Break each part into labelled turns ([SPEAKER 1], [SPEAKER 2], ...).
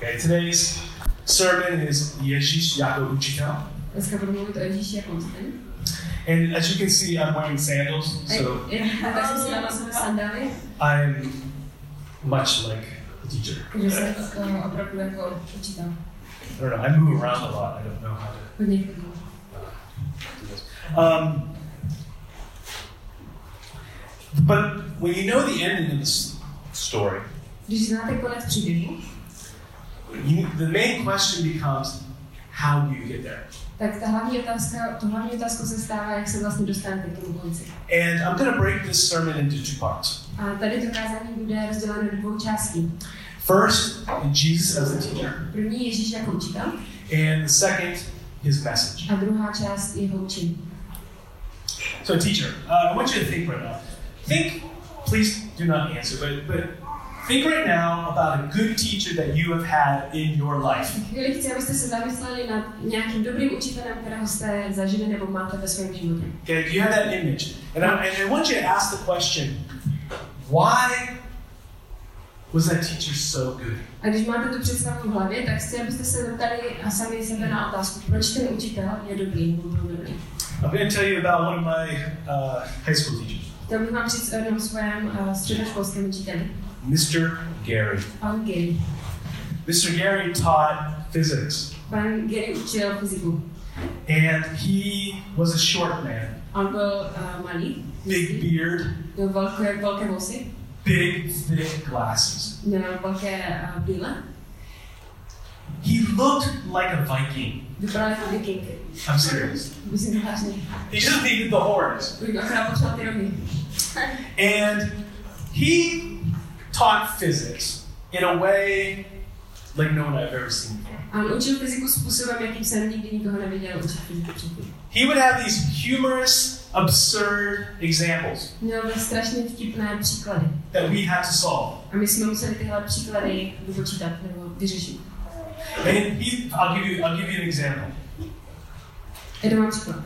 [SPEAKER 1] Okay, today's sermon is Ježíš jako učitel.
[SPEAKER 2] Dneska budu mluvit o Ježíši jako učiteli.
[SPEAKER 1] And as you can see, I'm wearing sandals,
[SPEAKER 2] A
[SPEAKER 1] so
[SPEAKER 2] já- tak jsem si dala své sandály,
[SPEAKER 1] I'm much like a teacher.
[SPEAKER 2] takže jsem eh, opravdu jako učitel.
[SPEAKER 1] I don't know, I move around a lot. I don't know how to
[SPEAKER 2] Hodně chodím.
[SPEAKER 1] do this. Um, but when you know the ending of this story,
[SPEAKER 2] Když znáte konec příběhu,
[SPEAKER 1] you, the main question becomes how do you get there?
[SPEAKER 2] tak ta hlavní otázka, to hlavní otázku se stává, jak se vlastně dostanete k tomu konci.
[SPEAKER 1] And I'm going to break this sermon into two parts.
[SPEAKER 2] A tady to kázání bude rozděleno do dvou částí.
[SPEAKER 1] First, Jesus as a teacher,
[SPEAKER 2] První je Ježíš jako učitel
[SPEAKER 1] and the second, his message.
[SPEAKER 2] a druhá část je jeho učení.
[SPEAKER 1] So, teacher, uh, I want you to think right now. Think, please do not answer, but, but think right now about a good teacher that you have had in your life.
[SPEAKER 2] Tak chvíli chci, abyste se zamysleli nad nějakým dobrým učitelem, kterého jste zažili nebo máte ve svém životě.
[SPEAKER 1] Okay, do you have that image? And I, and I want you to ask the question why was that teacher so good?
[SPEAKER 2] A když máte tu představu v hlavě, tak chci, abyste se zeptali a sami sebe na otázku, proč ten učitel je dobrý nebo byl dobrý.
[SPEAKER 1] I'm going to tell you about one of my uh, high school teachers,
[SPEAKER 2] Chtěl bych vám říct o jednom svém uh, středoškolském učiteli,
[SPEAKER 1] Mr. Gary.
[SPEAKER 2] pan Gary.
[SPEAKER 1] Mr. Gary taught physics,
[SPEAKER 2] Pan Gary učil fyziku.
[SPEAKER 1] and he was a short man,
[SPEAKER 2] On byl uh, malý,
[SPEAKER 1] big beard,
[SPEAKER 2] měl velké, velké vousy,
[SPEAKER 1] big, thick glasses.
[SPEAKER 2] měl velké uh, brýle,
[SPEAKER 1] He looked like a Viking.
[SPEAKER 2] vypadal jako viking.
[SPEAKER 1] I'm serious.
[SPEAKER 2] Myslím to vážně.
[SPEAKER 1] He just needed the horns.
[SPEAKER 2] Už akorát potřeboval ty rohy.
[SPEAKER 1] And he taught physics in a way like no one I've ever seen before.
[SPEAKER 2] A on učil fyziku způsobem, jakým jsem nikdy nikoho neviděl učit fyziku předtím.
[SPEAKER 1] He would have these humorous, absurd examples
[SPEAKER 2] Měl strašně vtipné příklady.
[SPEAKER 1] that we had to solve.
[SPEAKER 2] A my jsme museli tyhle příklady vypočítat nebo vyřešit.
[SPEAKER 1] And he, I'll give you, I'll give you an example,
[SPEAKER 2] Já to mám příklad.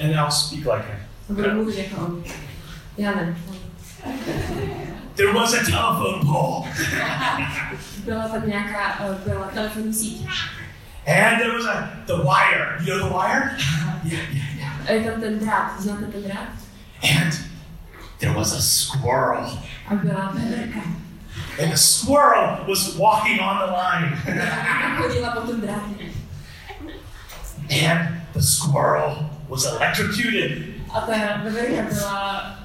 [SPEAKER 1] and I'll speak like him.
[SPEAKER 2] A budu mluvit jako on. Já ne.
[SPEAKER 1] There was a telephone pole,
[SPEAKER 2] Byla tam nějaká, eh, byla telefonní síť.
[SPEAKER 1] and there was a the wire. You know the wire? Yeah, yeah, yeah.
[SPEAKER 2] A je tam ten drát, znáte ten drát?
[SPEAKER 1] And there was a squirrel.
[SPEAKER 2] A byla Petrka.
[SPEAKER 1] And the squirrel was walking on the line.
[SPEAKER 2] Chodila po tom drátě.
[SPEAKER 1] And the squirrel was electrocuted.
[SPEAKER 2] A ta Petrka byla,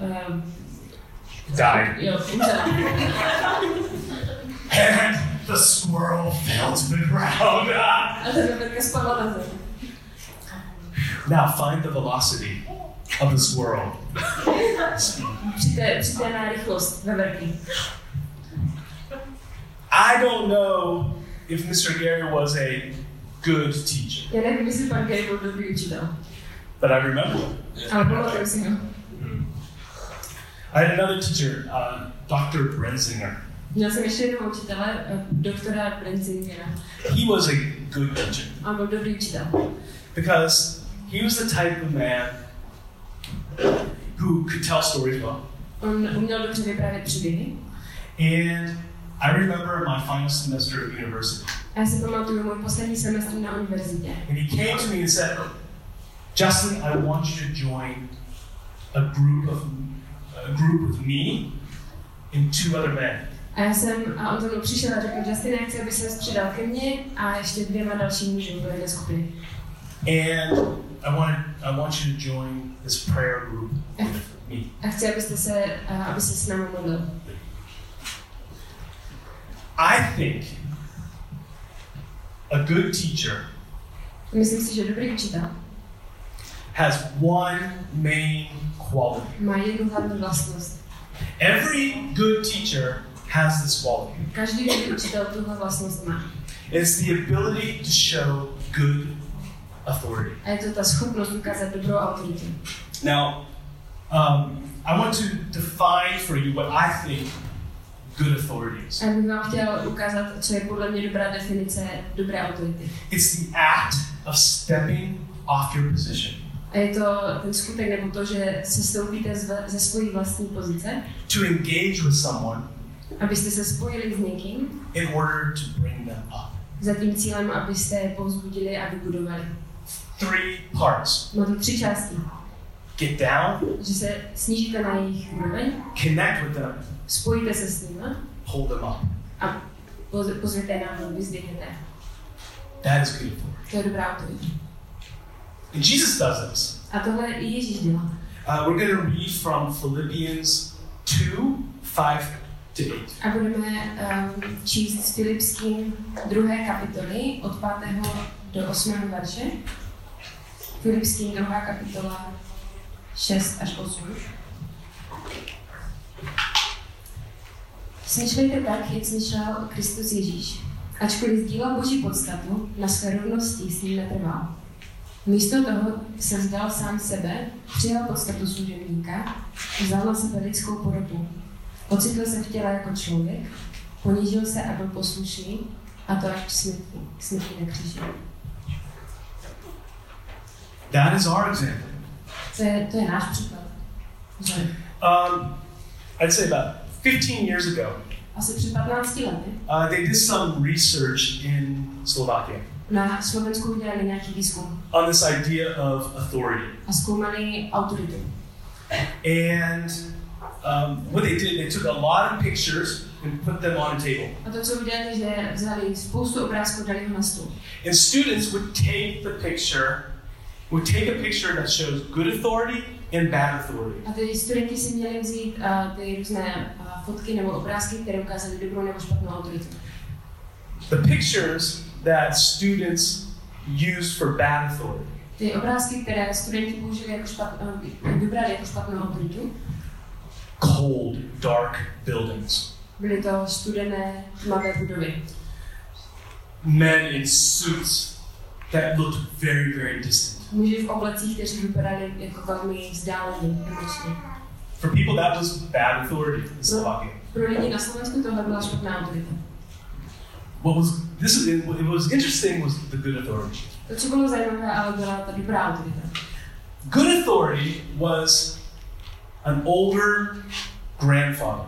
[SPEAKER 1] Died.
[SPEAKER 2] eh, jo, umřela.
[SPEAKER 1] And the squirrel fell to the ground. Ah.
[SPEAKER 2] A ta Petrka spadla na zem.
[SPEAKER 1] Now find the velocity of the squirrel.
[SPEAKER 2] Přité, přité na rychlost Petrky.
[SPEAKER 1] I don't know if Mr. Gary was a good teacher,
[SPEAKER 2] Já nevím, jestli pan Gary byl dobrý učitel,
[SPEAKER 1] but I remember him.
[SPEAKER 2] ale pamatuju si ho.
[SPEAKER 1] I had another teacher, uh, Dr. Brenzinger.
[SPEAKER 2] Měl jsem ještě jednoho učitele, eh, doktora Brenzingera.
[SPEAKER 1] He was a good teacher
[SPEAKER 2] A byl dobrý učitel.
[SPEAKER 1] because he was the type of man who could tell stories well.
[SPEAKER 2] On uměl dobře vyprávět příběhy.
[SPEAKER 1] And I remember my final semester at university.
[SPEAKER 2] A já si pamatuju můj poslední semestr na univerzitě.
[SPEAKER 1] And he came to me and said, Justin, I want you to join a group of a group with me and two other men.
[SPEAKER 2] A já jsem, a on za mnou přišel a řekl, Justin, já chci, aby se střídal ke mně a ještě dvěma dalším mužům do jedné skupiny.
[SPEAKER 1] And I want I want you to join this prayer group with me.
[SPEAKER 2] A chci, abyste se, a aby se s námi modlil.
[SPEAKER 1] I think a good teacher
[SPEAKER 2] Myslím si, že dobrý učitel
[SPEAKER 1] has one main quality.
[SPEAKER 2] má jednu hlavní vlastnost.
[SPEAKER 1] Every good teacher has this quality.
[SPEAKER 2] Každý dobrý učitel tuhle vlastnost má.
[SPEAKER 1] It's the ability to show good authority.
[SPEAKER 2] A je to ta schopnost ukázat dobrou autoritu.
[SPEAKER 1] Now, um, I want to define for you what I think good authority is.
[SPEAKER 2] A já bych vám chtěl ukázat, co je podle mě dobrá definice dobré autority.
[SPEAKER 1] It's the act of stepping off your position
[SPEAKER 2] A je to ten skutek, nebo to, že se stoupíte z- ze své vlastní pozice
[SPEAKER 1] to engage with someone
[SPEAKER 2] abyste se spojili s někým
[SPEAKER 1] in order to bring them up.
[SPEAKER 2] za tím cílem, abyste je povzbudili a vybudovali.
[SPEAKER 1] Three parts
[SPEAKER 2] Má to tři části.
[SPEAKER 1] get down,
[SPEAKER 2] Že se snížíte na jejich úroveň,
[SPEAKER 1] connect with them,
[SPEAKER 2] spojíte se s nimi
[SPEAKER 1] hold them up.
[SPEAKER 2] a poz- pozvěte je na vlnu, vyzdvihněte.
[SPEAKER 1] That is good authority.
[SPEAKER 2] To je dobrá autorita.
[SPEAKER 1] And Jesus does this.
[SPEAKER 2] A tohle i Ježíš dělá.
[SPEAKER 1] Uh, we're going to read from Philippians 2 5 to 8.
[SPEAKER 2] A budeme um, číst z Filipským druhé kapitoly od 5. do 8. verše. Filipským druhá kapitola 6 až 8. Smýšlejte tak, jak smýšlel Kristus Ježíš. Ačkoliv sdílel Boží podstatu, na své rovnosti s ním netrval. Místo toho se vzdal sám sebe, přijal podstatu služebníka, vzal na sebe lidskou podobu. Ocitl se v těle jako člověk, ponížil se a byl poslušný, a to až k smrti, k smrti na kříži.
[SPEAKER 1] That is our example.
[SPEAKER 2] To je, to je náš příklad. Že
[SPEAKER 1] Um, I'd say about 15 years ago,
[SPEAKER 2] asi před 15 lety
[SPEAKER 1] uh, they did some research in Slovakia
[SPEAKER 2] na Slovensku udělali nějaký výzkum
[SPEAKER 1] on this idea of authority.
[SPEAKER 2] a zkoumali autoritu.
[SPEAKER 1] And um, what they did, they took a lot of pictures and put them on a table.
[SPEAKER 2] A to, co udělali, že vzali spoustu obrázků, dali ho na stůl.
[SPEAKER 1] And students would take the picture, would take a picture that shows good authority and bad authority.
[SPEAKER 2] A ty studenti si měli vzít a, ty různé a, fotky nebo obrázky, které ukázaly dobrou nebo špatnou autoritu.
[SPEAKER 1] The pictures that students use for bad authority
[SPEAKER 2] Ty obrázky, které studenti použili jako špatnou, vybrali jako špatnou autoritu,
[SPEAKER 1] cold, dark buildings,
[SPEAKER 2] byly to studené tmavé budovy.
[SPEAKER 1] men in suits that looked very, very distant.
[SPEAKER 2] Muži v oblecích, kteří vypadali jako velmi vzdálení emočně.
[SPEAKER 1] For people, that was bad authority in Slovakia.
[SPEAKER 2] Pro lidi na Slovensku tohle byla špatná autorita.
[SPEAKER 1] What was this is what was interesting was the good authority.
[SPEAKER 2] To, co bylo zajímavé, ale byla ta dobrá autorita.
[SPEAKER 1] Good authority was an older grandfather.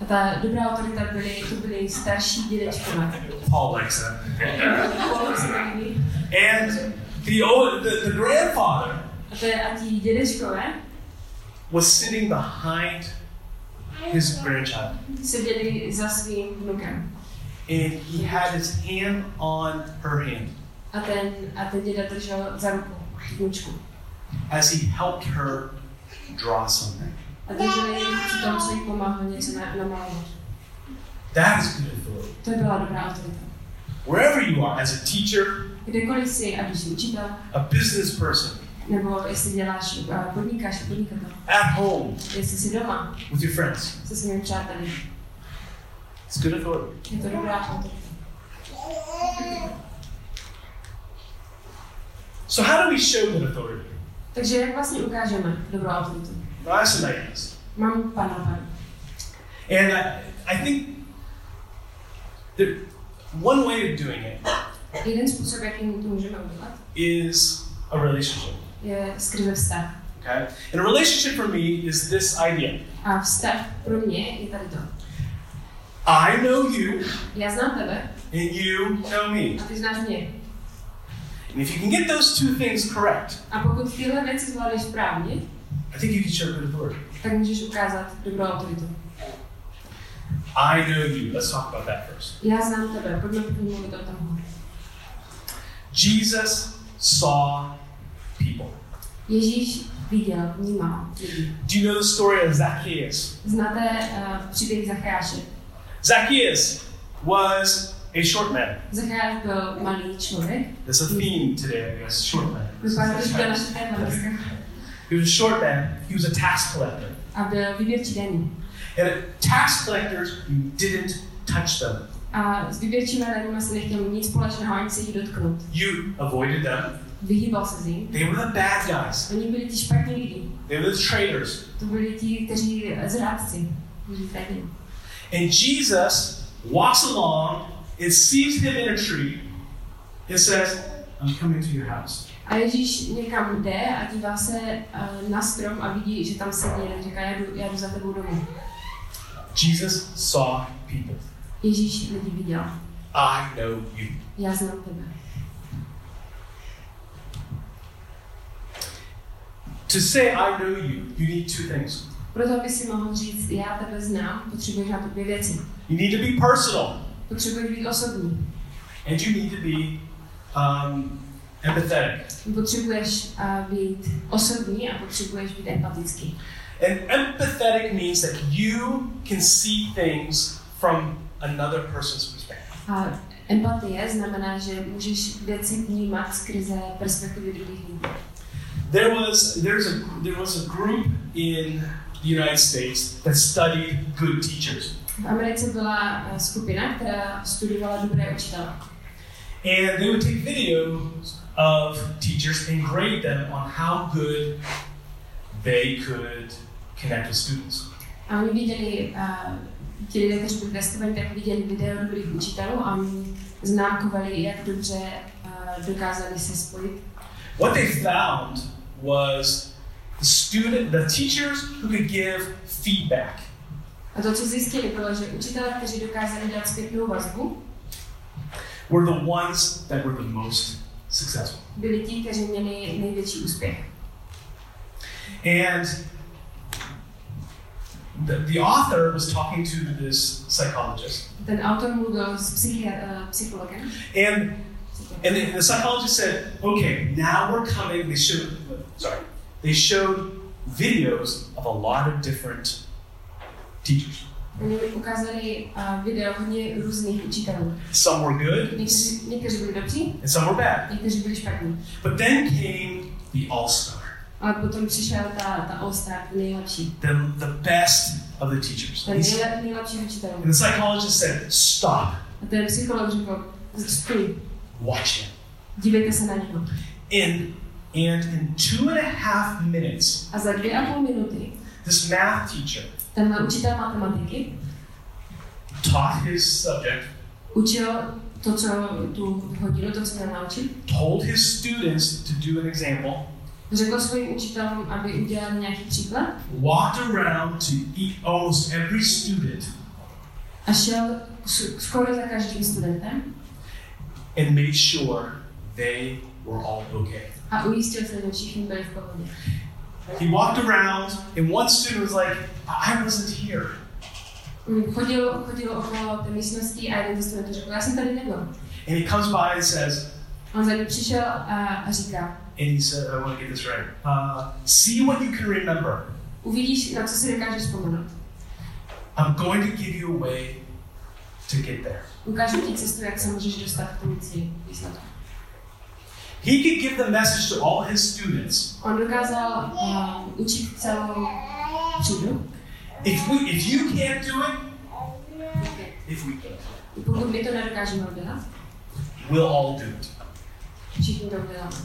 [SPEAKER 2] A ta dobrá autorita byly, to byly starší dědečkové.
[SPEAKER 1] Paul likes that.
[SPEAKER 2] Kolem se takový.
[SPEAKER 1] And the, old, the, the grandfather
[SPEAKER 2] A, to je, a ti dědečkové
[SPEAKER 1] was sitting behind his grandchild.
[SPEAKER 2] seděli za svým vnukem.
[SPEAKER 1] And he had his hand on her hand
[SPEAKER 2] A ten, a ten děda držel za ruku vnučku.
[SPEAKER 1] as he helped her draw something.
[SPEAKER 2] A drželi ji při tom, co jí pomáhal něco na, namalovat.
[SPEAKER 1] That is good authority.
[SPEAKER 2] To byla dobrá autorita.
[SPEAKER 1] Wherever you are, as a teacher,
[SPEAKER 2] Kdekoliv jsi, ať už jsi učitel,
[SPEAKER 1] a business person,
[SPEAKER 2] nebo jestli děláš, eh, podnikáš, podnikatel,
[SPEAKER 1] at home,
[SPEAKER 2] jestli jsi doma
[SPEAKER 1] with your friends,
[SPEAKER 2] se svými přáteli,
[SPEAKER 1] it's good authority.
[SPEAKER 2] je to dobrá autorita.
[SPEAKER 1] So, how do we show good authority?
[SPEAKER 2] Takže jak vlastně ukážeme dobrou autoritu?
[SPEAKER 1] Well, I have some ideas.
[SPEAKER 2] Mám pana pan.
[SPEAKER 1] And I, I think there, one way of doing it
[SPEAKER 2] Jeden způsob, jakým to můžeme udělat,
[SPEAKER 1] is a relationship.
[SPEAKER 2] je skrze vztah.
[SPEAKER 1] Okay? And a relationship for me is this idea
[SPEAKER 2] A vztah pro mě je tady to.
[SPEAKER 1] I know you,
[SPEAKER 2] Já znám tebe
[SPEAKER 1] and you know me.
[SPEAKER 2] a ty znáš mě.
[SPEAKER 1] And if you can get those two things correct,
[SPEAKER 2] A pokud tyhle věci zvládneš správně,
[SPEAKER 1] I think you can show good authority.
[SPEAKER 2] tak můžeš ukázat dobrou autoritu.
[SPEAKER 1] I know you. Let's talk about that first.
[SPEAKER 2] Já znám tebe, pojďme první mluvit o tom.
[SPEAKER 1] Jesus saw people.
[SPEAKER 2] Ježíš viděl, vnímal lidi.
[SPEAKER 1] Do you know the story of Zacchaeus?
[SPEAKER 2] Znáte uh, příběh Zacháše?
[SPEAKER 1] Zacchaeus was a short man.
[SPEAKER 2] Zacháš byl malý člověk,
[SPEAKER 1] That's a theme today, I guess. Short man.
[SPEAKER 2] vypadá to, že to je naše téma dneska,
[SPEAKER 1] He was a short man. He was a tax collector.
[SPEAKER 2] a byl výběrčí daní.
[SPEAKER 1] And tax collectors, you didn't touch them.
[SPEAKER 2] A s výběrčími daněmi se nechtěl nic společného ani se jich dotknout.
[SPEAKER 1] You avoided them.
[SPEAKER 2] Vyhýbal se z ní.
[SPEAKER 1] They were the bad guys.
[SPEAKER 2] Oni byli ti špatní lidi.
[SPEAKER 1] They were the traitors.
[SPEAKER 2] To byli ti, kteří zrádci. kteří zradili.
[SPEAKER 1] And Jesus walks along and sees him in a tree and says, I'm coming to your house.
[SPEAKER 2] A Ježíš někam jde a dívá se eh, na strom a vidí, že tam sedí jeden, říká, já jdu, já jdu za tebou domů.
[SPEAKER 1] Jesus saw people.
[SPEAKER 2] Ježíš lidi viděl.
[SPEAKER 1] I know you.
[SPEAKER 2] Já znám tebe.
[SPEAKER 1] To say I know you, you need two things.
[SPEAKER 2] Proto, aby si mohl říct, já tebe znám, potřebuješ na to dvě věci.
[SPEAKER 1] You need to be personal,
[SPEAKER 2] Potřebuješ být osobní.
[SPEAKER 1] and you need to be um, empathetic.
[SPEAKER 2] Potřebuješ a, být osobní a potřebuješ být empatický.
[SPEAKER 1] And empathetic means that you can see things from another person's perspective.
[SPEAKER 2] A empatie znamená, že můžeš věci vnímat skrze perspektivy druhých lidí.
[SPEAKER 1] There was there's a there was a group in the United States that studied good teachers,
[SPEAKER 2] V Americe byla eh, skupina, která studovala dobré učitele.
[SPEAKER 1] and they would take videos of teachers and grade them on how good they could connect with students.
[SPEAKER 2] A oni viděli, eh, ti lidé, kteří byli testovaní, tak viděli video dobrých učitelů a oni známkovali, jak dobře eh, dokázali se spojit.
[SPEAKER 1] What they found was the student, the teachers who could give feedback
[SPEAKER 2] A to, co zjistili, bylo, že učitelé, kteří dokázali dát zpětnou vazbu,
[SPEAKER 1] were the ones that were the most successful.
[SPEAKER 2] byli ti, kteří měli největší úspěch.
[SPEAKER 1] And the, the author was talking to this psychologist,
[SPEAKER 2] Ten autor mluvil s psychi- eh, psychologem.
[SPEAKER 1] and and the, the psychologist said, "Okay, now we're coming." They showed, sorry, they showed videos of a lot of different teachers.
[SPEAKER 2] Oni mi ukázali eh, video hodně různých učitelů.
[SPEAKER 1] Some were good,
[SPEAKER 2] Někteří, někteří byli dobří,
[SPEAKER 1] and some were bad.
[SPEAKER 2] někteří byli špatní.
[SPEAKER 1] But then came the all star.
[SPEAKER 2] Ale potom přišel ta, ta all-star, ten nejlepší.
[SPEAKER 1] the, the best of the teachers.
[SPEAKER 2] Ten
[SPEAKER 1] And
[SPEAKER 2] nejlep, nejlepší učitel.
[SPEAKER 1] the psychologist said, Stop,
[SPEAKER 2] A ten psycholog řekl, stůj,
[SPEAKER 1] watch him.
[SPEAKER 2] dívejte se na něho.
[SPEAKER 1] In, and in two and a half minutes,
[SPEAKER 2] A za dvě a půl minuty
[SPEAKER 1] this math teacher
[SPEAKER 2] tenhle učitel matematiky
[SPEAKER 1] taught his subject,
[SPEAKER 2] učil to, co tu hodinu, to, co měl naučit.
[SPEAKER 1] told his students to do an example,
[SPEAKER 2] Řekl svým učitelům, aby udělali nějaký příklad
[SPEAKER 1] walked around to eat almost every student,
[SPEAKER 2] a šel s- skoro za každým studentem
[SPEAKER 1] and made sure they were all okay.
[SPEAKER 2] a ujistil se, že všichni byli v pohodě.
[SPEAKER 1] He walked around, and one student was like, I I wasn't here.
[SPEAKER 2] Mm, Chodil, chodil okolo té místnosti a jeden ze studentů řekl, já jsem tady nebyl.
[SPEAKER 1] And he comes by and says,
[SPEAKER 2] On za ním přišel a, a říká,
[SPEAKER 1] and he said, I want to get this right. Uh, see what you can remember.
[SPEAKER 2] uvidíš, na co si dokážeš vzpomenout.
[SPEAKER 1] I'm going to give you a way to get there.
[SPEAKER 2] Ukážu ti cestu, jak se můžeš dostat k tomu cíli. výsledku.
[SPEAKER 1] He could give the message to all his students.
[SPEAKER 2] On dokázal uh, učit celou třídu.
[SPEAKER 1] If we, if you can't do it, if we can,
[SPEAKER 2] Pokud my to nedokážeme udělat,
[SPEAKER 1] we'll all do it
[SPEAKER 2] všichni to uděláme.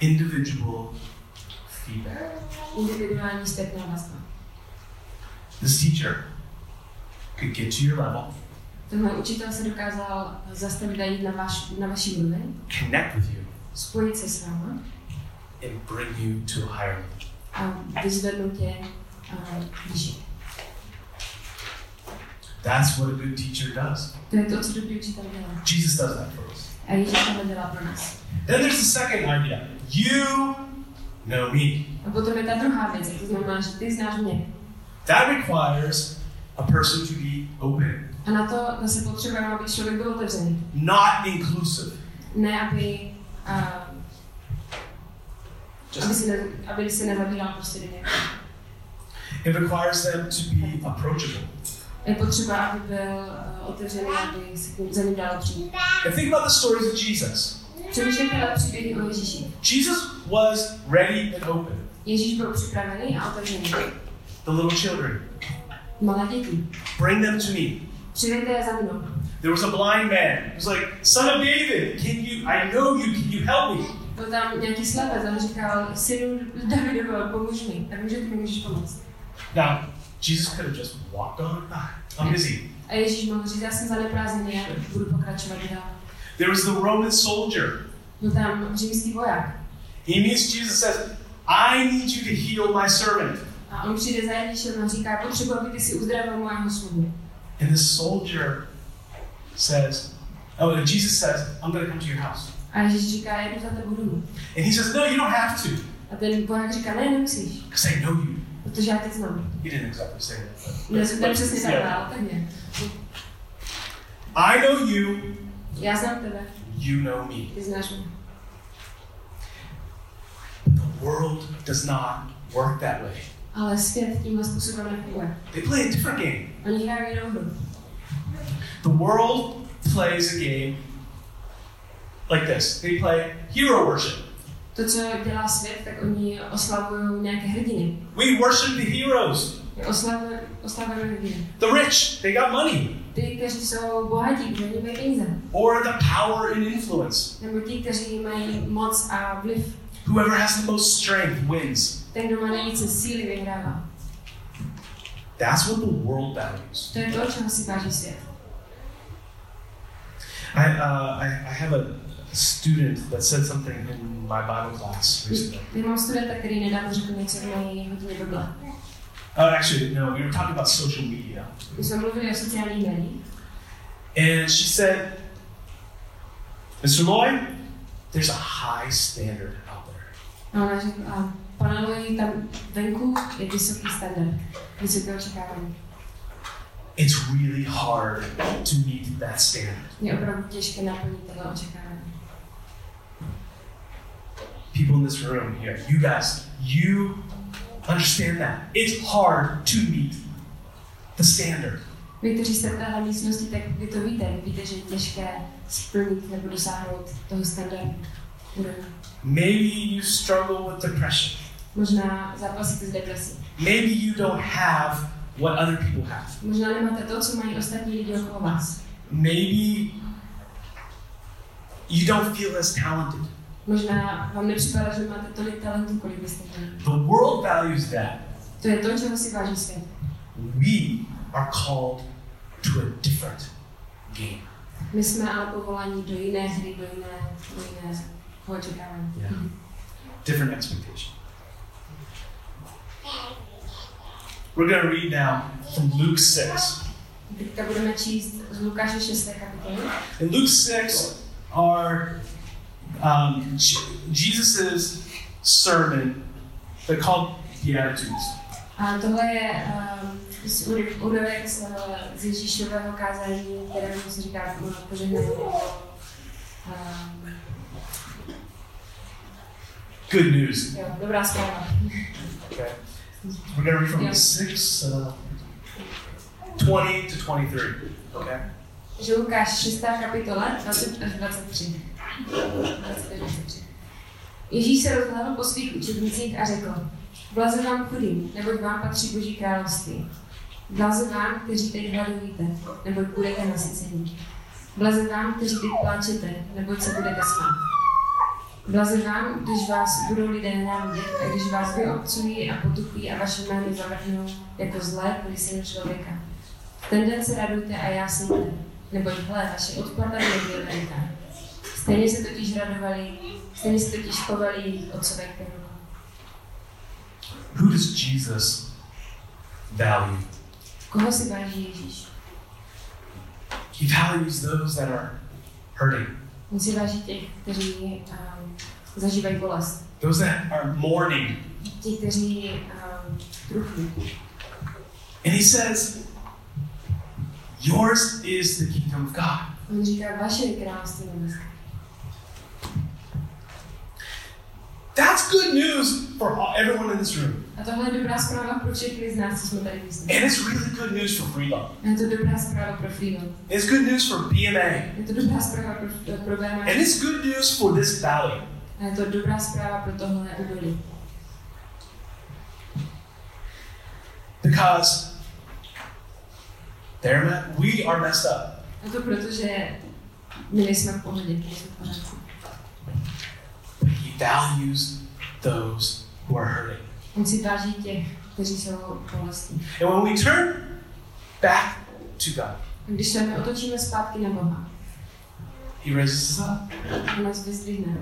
[SPEAKER 1] individual feedback.
[SPEAKER 2] Individuální zpětná vazba.
[SPEAKER 1] This teacher could get to your level,
[SPEAKER 2] Tenhle učitel se dokázal zastavit a jít na, vaš, na vaší úroveň,
[SPEAKER 1] connect with you,
[SPEAKER 2] spojit se s váma
[SPEAKER 1] and bring you to a higher level.
[SPEAKER 2] a vyzvednout je uh, výše.
[SPEAKER 1] That's what a good teacher does.
[SPEAKER 2] To je to, co dobrý učitel dělá.
[SPEAKER 1] Jesus does that for us.
[SPEAKER 2] A Ježíš tohle dělá pro nás.
[SPEAKER 1] Then there's the second idea. You know me.
[SPEAKER 2] A potom je ta druhá věc, to znamená, že ty znáš mě.
[SPEAKER 1] That requires a person to be open,
[SPEAKER 2] A na to zase potřebujeme, aby člověk byl otevřený.
[SPEAKER 1] not inclusive.
[SPEAKER 2] Ne, aby uh, aby
[SPEAKER 1] Just
[SPEAKER 2] se, ne, aby se nezavíral prostě do někoho.
[SPEAKER 1] it requires them to be approachable.
[SPEAKER 2] Je potřeba, aby byl eh, otevřený, aby se k ním- za ním dalo přijít.
[SPEAKER 1] And think about the stories of Jesus.
[SPEAKER 2] Přemýšlejte ale příběhy o Ježíši.
[SPEAKER 1] Jesus was ready and open.
[SPEAKER 2] Ježíš byl připravený a otevřený.
[SPEAKER 1] The little children,
[SPEAKER 2] Malé děti,
[SPEAKER 1] bring them to me.
[SPEAKER 2] přijďte je za mnou.
[SPEAKER 1] There was a blind man. He was like, Son of David, can you? I know you. Can you help me?
[SPEAKER 2] Byl tam nějaký slepec a on říkal, synu Davidova, pomůž mi. Já vím, že ty mi můžeš pomoct.
[SPEAKER 1] Now, Jesus could have just walked on by. I'm busy.
[SPEAKER 2] A Ježíš mohl říct, já jsem zaneprázdněný, já budu pokračovat dál.
[SPEAKER 1] There was the Roman soldier.
[SPEAKER 2] Byl tam římský voják.
[SPEAKER 1] He meets Jesus. Says, I need you to heal my servant.
[SPEAKER 2] A on přijde za Ježíšem a říká, potřebuji, aby ty si uzdravil mojeho sluhu.
[SPEAKER 1] And this soldier says, oh, and Jesus says, I'm going to come to your house.
[SPEAKER 2] A Ježíš říká, já jdu za tebou domů.
[SPEAKER 1] And he says, no, you don't have to,
[SPEAKER 2] A ten voják říká, ne, nemusíš,
[SPEAKER 1] because I know you.
[SPEAKER 2] protože já tě znám.
[SPEAKER 1] He didn't exactly say that. but-
[SPEAKER 2] Já jsem tam přesně tak
[SPEAKER 1] yeah.
[SPEAKER 2] dál, tak je.
[SPEAKER 1] I know you,
[SPEAKER 2] Já znám tebe,
[SPEAKER 1] you know me.
[SPEAKER 2] ty znáš mě.
[SPEAKER 1] The world does not work that way.
[SPEAKER 2] Ale svět tímhle způsobem nefunguje.
[SPEAKER 1] They play a different game.
[SPEAKER 2] Oni hrají jinou hru.
[SPEAKER 1] The world plays a game like this. They play hero worship.
[SPEAKER 2] To, co dělá svět, tak oni oslavují nějaké hrdiny.
[SPEAKER 1] We worship the heroes.
[SPEAKER 2] Oslavují, oslavují hrdiny.
[SPEAKER 1] The rich, they got money.
[SPEAKER 2] Ty, kteří jsou bohatí, kteří mají peníze.
[SPEAKER 1] Or the power and influence.
[SPEAKER 2] Nebo ti, kteří mají moc a vliv.
[SPEAKER 1] Whoever has the most strength wins.
[SPEAKER 2] Ten, kdo má nejvíce síly, vyhrává.
[SPEAKER 1] That's what the world values.
[SPEAKER 2] To je to, čeho si váží svět.
[SPEAKER 1] I, uh, I, I have a student that said something in my Bible class recently.
[SPEAKER 2] Já mám studenta, který nedávno řekl něco v mojí hodině Bible.
[SPEAKER 1] Uh, actually, no, we were talking about social media.
[SPEAKER 2] My jsme mluvili o sociálních médiích
[SPEAKER 1] And she said, Mr. Lloyd, there's a high standard out there.
[SPEAKER 2] a ona řekla, pane Loji, tam venku je vysoký standard, vysoké očekávání.
[SPEAKER 1] It's really hard to meet that standard.
[SPEAKER 2] Je opravdu těžké naplnit tohle očekávání.
[SPEAKER 1] People in this room here, you guys, you understand that. It's hard to meet the standard.
[SPEAKER 2] Vy, kteří jste v téhle místnosti, tak vy to víte. Vy víte, že je těžké splnit nebo dosáhnout toho standardu. úrovně.
[SPEAKER 1] Maybe you struggle with depression.
[SPEAKER 2] Možná zápasíte s depresí.
[SPEAKER 1] Maybe you don't have what other people have.
[SPEAKER 2] Možná nemáte to, co mají ostatní lidi okolo vás.
[SPEAKER 1] Maybe you don't feel as talented.
[SPEAKER 2] Možná vám nepřipadá, že máte tolik talentů, kolik byste měli.
[SPEAKER 1] The world values that.
[SPEAKER 2] To je to, čeho si váží svět.
[SPEAKER 1] We are called to a different game.
[SPEAKER 2] My jsme ale povoláni do jiné hry, do jiné, do jiné očekávání.
[SPEAKER 1] Yeah. Different expectation. We're going to read now from Luke 6.
[SPEAKER 2] Teďka budeme číst z Lukáše 6. kapitoly.
[SPEAKER 1] In Luke 6 are um, Jesus' sermon. They're called Beatitudes.
[SPEAKER 2] A tohle je um, z úry- úryvek z, eh, z Ježíšového kázání, kterému se říká eh, požehnání. Um,
[SPEAKER 1] Good news.
[SPEAKER 2] jo, dobrá zpráva.
[SPEAKER 1] Okay. We're going to read from
[SPEAKER 2] Yeah.
[SPEAKER 1] 6 uh, 20 to 23. Okay.
[SPEAKER 2] Že Lukáš 6. kapitola 20 až 23. 20 až 23. Ježíš se rozhlédl po svých učednicích a řekl, Blaze vám chudým, neboť vám patří Boží království. Blaze vám, kteří teď hladujete, neboť budete nasycení. Blaze vám, kteří teď pláčete, neboť se budete smát. Blaze vám, když vás budou lidé nenávidět a když vás vyobcují a potupí a vaše jméno zavrhnou jako zlé kvůli synu člověka. Ten den se radujte a já se jde, neboť hle, vaše odplata je veliká. Stejně se totiž radovali, stejně se totiž chovali jejich otcové krve.
[SPEAKER 1] Who does Jesus value?
[SPEAKER 2] Koho si váží Ježíš?
[SPEAKER 1] He values those that are hurting,
[SPEAKER 2] On si váží těch, kteří um, zažívají bolest,
[SPEAKER 1] those that are mourning.
[SPEAKER 2] ti, kteří um, truchlí.
[SPEAKER 1] And he says, Yours is the kingdom of God.
[SPEAKER 2] On říká, vaše je království nebeské.
[SPEAKER 1] That's good news for all, everyone in this room.
[SPEAKER 2] A tohle je dobrá zpráva pro všechny z nás, co jsme tady místní.
[SPEAKER 1] And it's really good news for freedom.
[SPEAKER 2] Je to dobrá zpráva pro Freedom.
[SPEAKER 1] It's good news for BMA.
[SPEAKER 2] Je to dobrá zpráva pro, pro BMA.
[SPEAKER 1] And it's good news for this valley.
[SPEAKER 2] A je to dobrá zpráva pro tohle údolí.
[SPEAKER 1] Because they're, me- we are messed up.
[SPEAKER 2] A to proto, že my nejsme v pohodě, my nejsme v pořádku.
[SPEAKER 1] But he values those who are hurting.
[SPEAKER 2] On si váží těch, kteří jsou bolestní.
[SPEAKER 1] And when we turn back to God,
[SPEAKER 2] A Když se my otočíme zpátky na Boha,
[SPEAKER 1] He raises us up.
[SPEAKER 2] on nás vyzdvihne.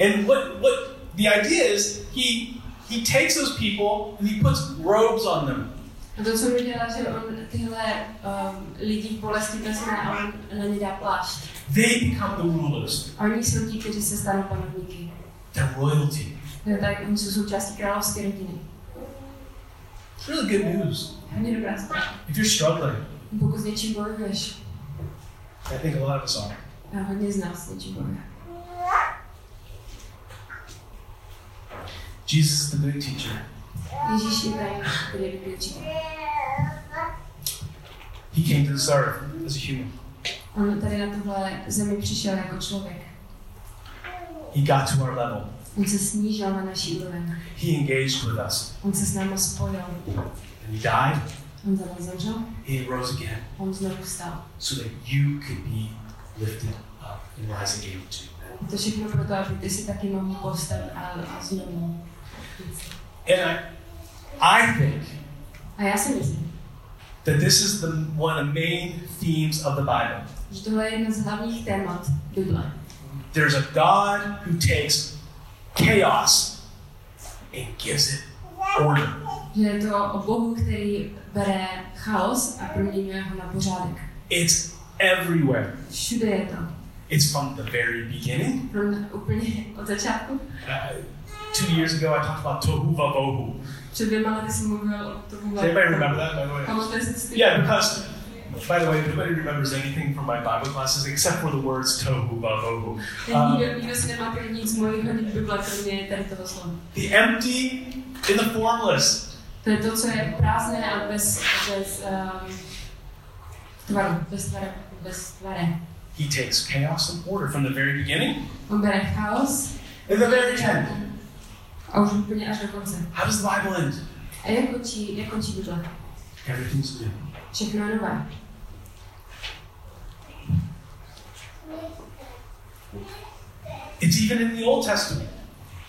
[SPEAKER 1] And what what the idea is, he he takes those people and he puts robes on them.
[SPEAKER 2] A to, co mi dělá, že on tyhle um, lidi v bolesti vezme a on na ně dá plášť.
[SPEAKER 1] They become the rulers,
[SPEAKER 2] A oni jsou ti, kteří se stanou panovníky.
[SPEAKER 1] they're royalty.
[SPEAKER 2] Jo, tak oni jsou součástí královské rodiny.
[SPEAKER 1] It's really good news.
[SPEAKER 2] Hodně dobrá zpráva.
[SPEAKER 1] If you're struggling,
[SPEAKER 2] Pokud s něčím bojuješ,
[SPEAKER 1] I think a lot of us are.
[SPEAKER 2] a hodně z nás s něčím bojuje.
[SPEAKER 1] Jesus is the great teacher.
[SPEAKER 2] Ježíš je ten, který je dobrý učitel.
[SPEAKER 1] He came to this earth as a human.
[SPEAKER 2] On tady na tuhle zemi přišel jako člověk.
[SPEAKER 1] He got to our level.
[SPEAKER 2] On se snížil na naší úroveň.
[SPEAKER 1] He engaged with us.
[SPEAKER 2] On se s náma spojil.
[SPEAKER 1] And he died.
[SPEAKER 2] On za nás zemřel.
[SPEAKER 1] He rose again.
[SPEAKER 2] On znovu vstal.
[SPEAKER 1] so that you could be lifted up and rise again too.
[SPEAKER 2] To všechno proto, aby ty si taky mohl povstat a, a znovu.
[SPEAKER 1] And I, I think
[SPEAKER 2] A já si myslím,
[SPEAKER 1] that this is the one of the main themes of the Bible.
[SPEAKER 2] že tohle je jedno z hlavních témat Bible.
[SPEAKER 1] There's a God who takes chaos and gives it order.
[SPEAKER 2] Že je to o Bohu, který bere chaos a proměňuje ho na pořádek.
[SPEAKER 1] It's everywhere.
[SPEAKER 2] Všude je to.
[SPEAKER 1] It's from the very beginning.
[SPEAKER 2] Pro mě úplně od začátku.
[SPEAKER 1] Uh, two years ago, I talked about tohu vabohu.
[SPEAKER 2] Před dvěma lety jsem mluvil o tomu
[SPEAKER 1] Does anybody remember that, by the way?
[SPEAKER 2] Pamatuješ si to?
[SPEAKER 1] Yeah, because, by the way, nobody remembers anything from my Bible classes except for the words tohu vabohu.
[SPEAKER 2] Ten nikdo, nikdo si nepamatuje nic z mojich hodin Bible, kromě tady toho slova.
[SPEAKER 1] The empty and the formless.
[SPEAKER 2] To je to, co je prázdné a bez, bez um, tvaru, bez tvaru, bez tvaré.
[SPEAKER 1] He takes chaos and order from the very beginning
[SPEAKER 2] On bere chaos
[SPEAKER 1] and the very end.
[SPEAKER 2] a už úplně až do konce.
[SPEAKER 1] How does the Bible end?
[SPEAKER 2] A jak končí, jak končí Bible?
[SPEAKER 1] Everything's new.
[SPEAKER 2] Všechno je nové.
[SPEAKER 1] It's even in the Old Testament.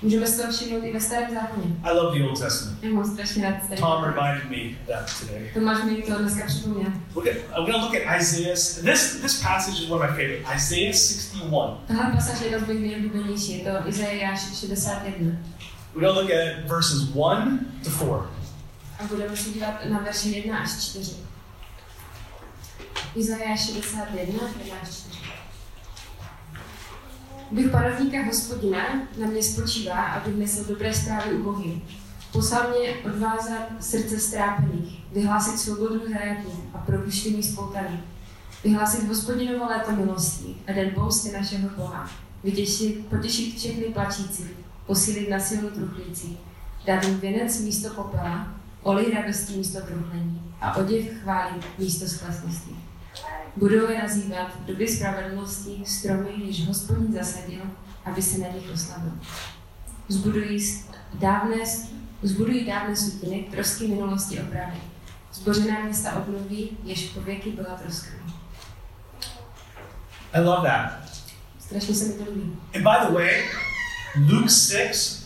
[SPEAKER 2] Můžeme si to všimnout i ve starém zákoně.
[SPEAKER 1] I love the Old Testament.
[SPEAKER 2] Já mám strašně rád starý.
[SPEAKER 1] Tom reminded me of that today.
[SPEAKER 2] Tomáš mi to dneska připomněl.
[SPEAKER 1] Look at, I'm going to look at Isaiah. This, this passage is one of my favorite. Isaiah 61.
[SPEAKER 2] Tahle pasáž je jedna z mých nejoblíbenější, je to Izajáš 61.
[SPEAKER 1] We're going to look at verses 1 to 4.
[SPEAKER 2] A budeme se dívat na verše 1 až 4. Izajáš 61, 1 až 4. Duch panovníka hospodina na mě spočívá, aby vnesl dobré zprávy ubohým. Poslal mě odvázat srdce strápených, vyhlásit svobodu hrajatům a propuštění spoutaných. Vyhlásit hospodinovo léto milosti a den bousty našeho Boha. Vytěšit, potěšit všechny plačící, posílit na silu truchlící, dát jim věnec místo popela, olej radosti místo truchlení a oděv chvály místo sklesnosti. Budou je nazývat doby spravedlnosti stromy, jež hospodin zasadil, aby se na nich oslavil. Zbudují s- dávné, zbudují dávné sutiny, trosky minulosti opravy. Zbořená města obnoví, jež po věky byla troskami.
[SPEAKER 1] I love that.
[SPEAKER 2] Strašně se mi to líbí.
[SPEAKER 1] And by the way, Luke 6,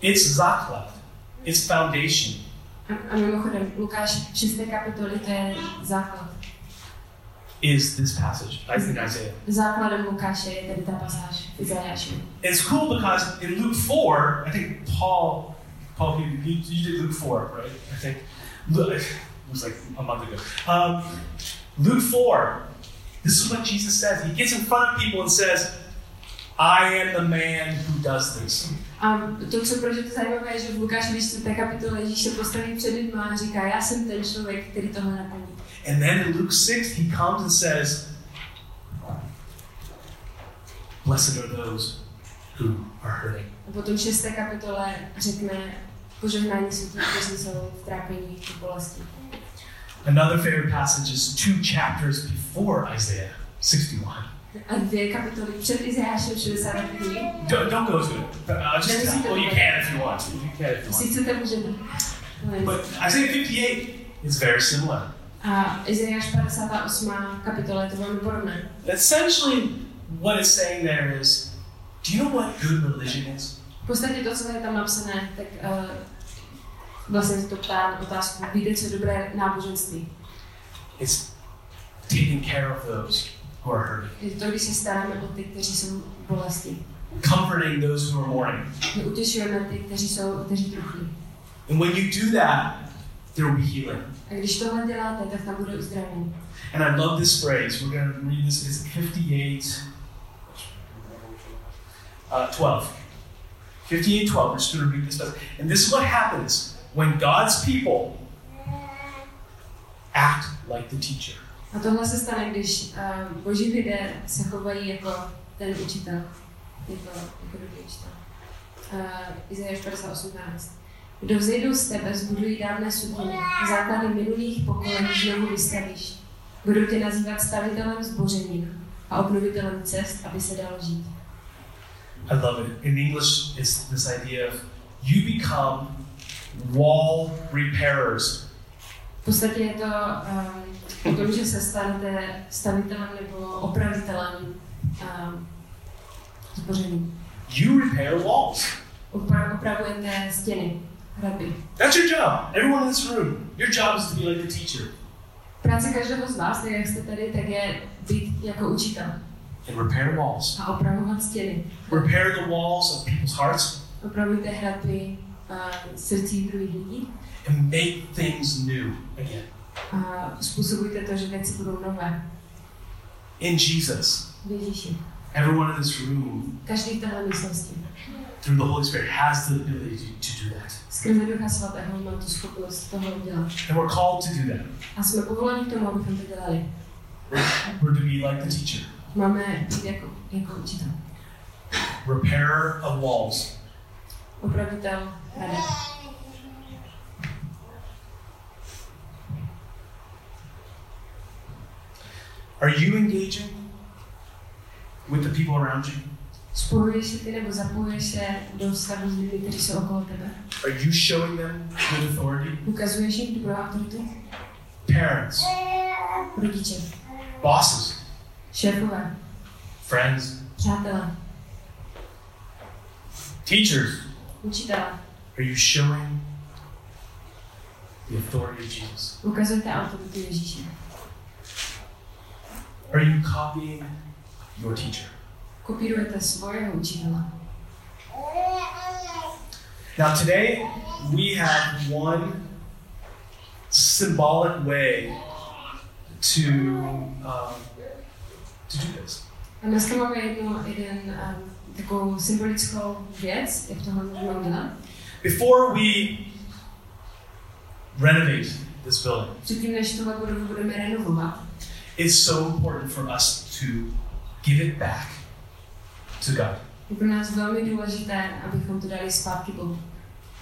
[SPEAKER 1] it's Zaklath, it's foundation.
[SPEAKER 2] A, a mimochodem, Lukáš 6. kapitoly, to je základ.
[SPEAKER 1] is this passage I in Isaiah.
[SPEAKER 2] Základem Lukáše je tedy ta pasáž v Izajáši.
[SPEAKER 1] It's cool because in Luke 4, I think Paul, Paul, you, you, you did Luke 4, right? I think. Lu- It was like a month ago. Um, Luke 4, this is what Jesus says. He gets in front of people and says, I am the man who does this.
[SPEAKER 2] A to, co proč je to zajímavé, je, že v Lukášovi 4. kapitole Ježíš se postaví před lidma a říká, já jsem ten člověk, který tohle naplní.
[SPEAKER 1] And then in Luke 6, he comes and says, Blessed are those who are hurting.
[SPEAKER 2] A potom v 6. kapitole řekne, požehnání jsou ti, kteří jsou v trápení, v bolesti.
[SPEAKER 1] Another favorite passage is two chapters before Isaiah 61.
[SPEAKER 2] A dvě kapitoly před Izajášem 60.
[SPEAKER 1] Don't, don't go to it. Uh, just,
[SPEAKER 2] Yes.
[SPEAKER 1] well, you can if you want. to. You can if you
[SPEAKER 2] si
[SPEAKER 1] want.
[SPEAKER 2] chcete, můžete. No, je-
[SPEAKER 1] But Isaiah 58 is very similar.
[SPEAKER 2] A Izajáš 58. kapitola je to velmi podobné.
[SPEAKER 1] Essentially, what it's saying there is do you know what good religion is?
[SPEAKER 2] V podstatě to, co je tam napsané, tak uh, vlastně se to ptá na otázku, víte, co je dobré náboženství?
[SPEAKER 1] It's taking care of those who are hurting.
[SPEAKER 2] Je to, když se staráme o ty, kteří jsou v bolesti.
[SPEAKER 1] comforting those who are mourning.
[SPEAKER 2] My utěšujeme ty, kteří jsou, kteří truchlí.
[SPEAKER 1] And when you do that, there will be healing.
[SPEAKER 2] A když tohle děláte, tak tam bude uzdravení.
[SPEAKER 1] And I love this phrase. We're going to read this. It's 58 uh, 12. 58 12. We're just going to read this. passage. And this is what happens when God's people act like the teacher.
[SPEAKER 2] A tohle se stane, když uh, boží lidé se chovají jako ten učitel. Jako, jako dobrý učitel. Uh, Izajáš 58.12. Kdo vzejdou z tebe, zbudují dávné sudiny, základy minulých pokolení znovu vystavíš. Budou tě nazývat stavitelem zbořenin a obnovitelem cest, aby se dalo žít.
[SPEAKER 1] I love it. In English, it's this idea of you become wall repairers.
[SPEAKER 2] V podstatě je to um, o tom, že se stanete stavitelem nebo opravitelem um, zboření.
[SPEAKER 1] You repair walls.
[SPEAKER 2] Upra- opravujete stěny, hradby.
[SPEAKER 1] That's your job. Everyone in this room, your job is to be like the teacher
[SPEAKER 2] Práce každého z vás, tak jak jste tady, tak je být jako učitel
[SPEAKER 1] and repair walls.
[SPEAKER 2] a opravovat stěny.
[SPEAKER 1] Repair the walls of people's hearts
[SPEAKER 2] Opravujte hradby uh, srdcí druhých lidí
[SPEAKER 1] and make things new again.
[SPEAKER 2] a způsobujte to, že věci budou nové.
[SPEAKER 1] In Jesus,
[SPEAKER 2] Ježíši,
[SPEAKER 1] everyone in this room,
[SPEAKER 2] každý v téhle místnosti
[SPEAKER 1] through the Holy Spirit, has the ability to do that.
[SPEAKER 2] skrze Ducha Svatého má tu schopnost toho udělat.
[SPEAKER 1] And we're called to do that.
[SPEAKER 2] A jsme povoláni k tomu, abychom to dělali.
[SPEAKER 1] We're to be like the teacher,
[SPEAKER 2] Máme být jako, jako učitel,
[SPEAKER 1] repairer of walls.
[SPEAKER 2] opravitel rady.
[SPEAKER 1] Are you engaging with the people around you?
[SPEAKER 2] Spojuješ se ty nebo zapojuješ se do vztahu s lidmi, kteří jsou okolo tebe.
[SPEAKER 1] Are you showing them good authority?
[SPEAKER 2] Ukazuješ jim dobrou autoritu?
[SPEAKER 1] Parents,
[SPEAKER 2] Rodiče,
[SPEAKER 1] bosses,
[SPEAKER 2] šéfové,
[SPEAKER 1] friends,
[SPEAKER 2] přátelé,
[SPEAKER 1] teachers.
[SPEAKER 2] učitelé.
[SPEAKER 1] Are you showing the authority of Jesus?
[SPEAKER 2] Ukazujte autoritu Ježíše.
[SPEAKER 1] Are you copying your teacher?
[SPEAKER 2] Kopírujete svého učitele.
[SPEAKER 1] Now, today we have one symbolic way to um, to do this.
[SPEAKER 2] A dneska máme jednu, jeden, um, takovou symbolickou věc, jak tohle můžeme udělat.
[SPEAKER 1] Before we renovate this building,
[SPEAKER 2] Předtím, než tuhle budovu budeme renovovat,
[SPEAKER 1] it's so important for us to give it back to God.
[SPEAKER 2] je pro nás velmi důležité, abychom to dali zpátky Bohu.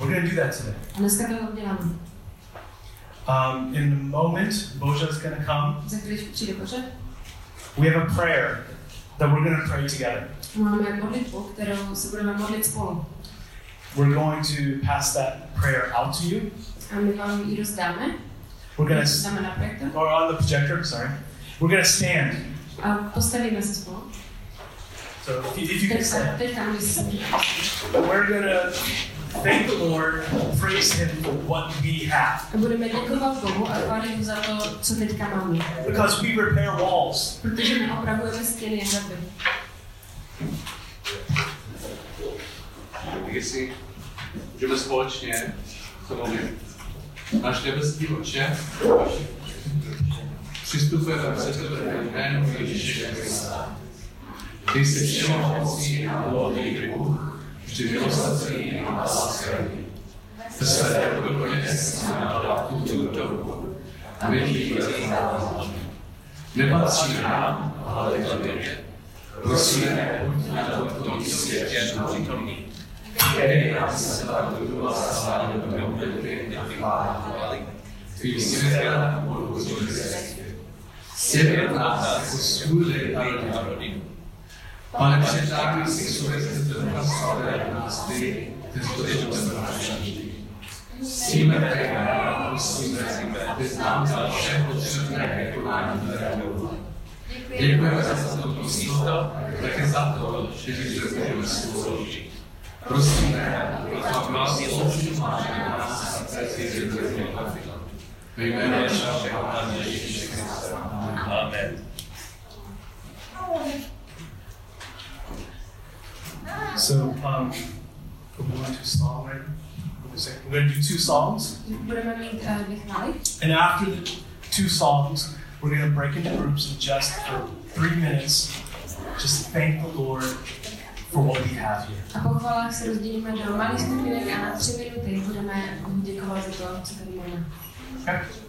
[SPEAKER 1] We're going to do that today.
[SPEAKER 2] A dneska to uděláme.
[SPEAKER 1] Um, in a moment, Boja's going to come.
[SPEAKER 2] Za chvíličku přijde pořad.
[SPEAKER 1] We have a prayer that we're going to pray together.
[SPEAKER 2] Máme modlitbu, kterou se budeme modlit spolu.
[SPEAKER 1] We're going to pass that prayer out to you.
[SPEAKER 2] A my vám ji rozdáme.
[SPEAKER 1] We're going to
[SPEAKER 2] Dáme na projektor.
[SPEAKER 1] or Oh, on the projector, sorry. We're gonna stand.
[SPEAKER 2] A postavíme se spolu.
[SPEAKER 1] So if you, if you can
[SPEAKER 2] Teďka,
[SPEAKER 1] stand,
[SPEAKER 2] teďka můžeš se
[SPEAKER 1] we're gonna thank the Lord, praise Him for what we have,
[SPEAKER 2] A budeme děkovat Bohu a chválit ho za to, co teďka máme.
[SPEAKER 1] because we repair walls.
[SPEAKER 2] Protože my opravujeme stěny a hradby.
[SPEAKER 3] Tak jestli můžeme společně se modlit. Náš nebeský oče, přistupujeme před tebe ve jménu Ježíše Krista. Ty jsi všemohoucí a dlouhý Bůh, vždy milosrdný a laskavý. Ve své dobrovolně jsi nám dal tuto dobu a my ti děkujeme. Nepatří nám, ale tobě. Prosíme, buď na tomto světě přítomný Dej nám se pravdu a slávu do modlitby na chválu. Tvým světlem budoucí svět. Svět nás jako svůj lid a národy. Pane, předávám si svoje zrtvrka své nás ty, ty zbytečné zbraní. Síme pekné, prosíme, aby nám za vše potřebné konání darů. Děkujeme za to místo, také za to, že ti zde můžeme sloužit. Prosíme, aby má milosti má nás srdce cizí Ve jménu našeho Pána Ježíše Krista. Amen.
[SPEAKER 4] Amen.
[SPEAKER 1] So um, we're going to a song right now. What is it? We're going to do two songs,
[SPEAKER 2] Budeme mít eh, dvě chvály
[SPEAKER 1] and after the two songs, we're going to break into groups and just for three minutes, just thank the Lord for what we have here.
[SPEAKER 2] a po chválách se rozdělíme do malých skupinek a na tři minuty budeme děkovat za to, co tady máme.
[SPEAKER 1] Okay?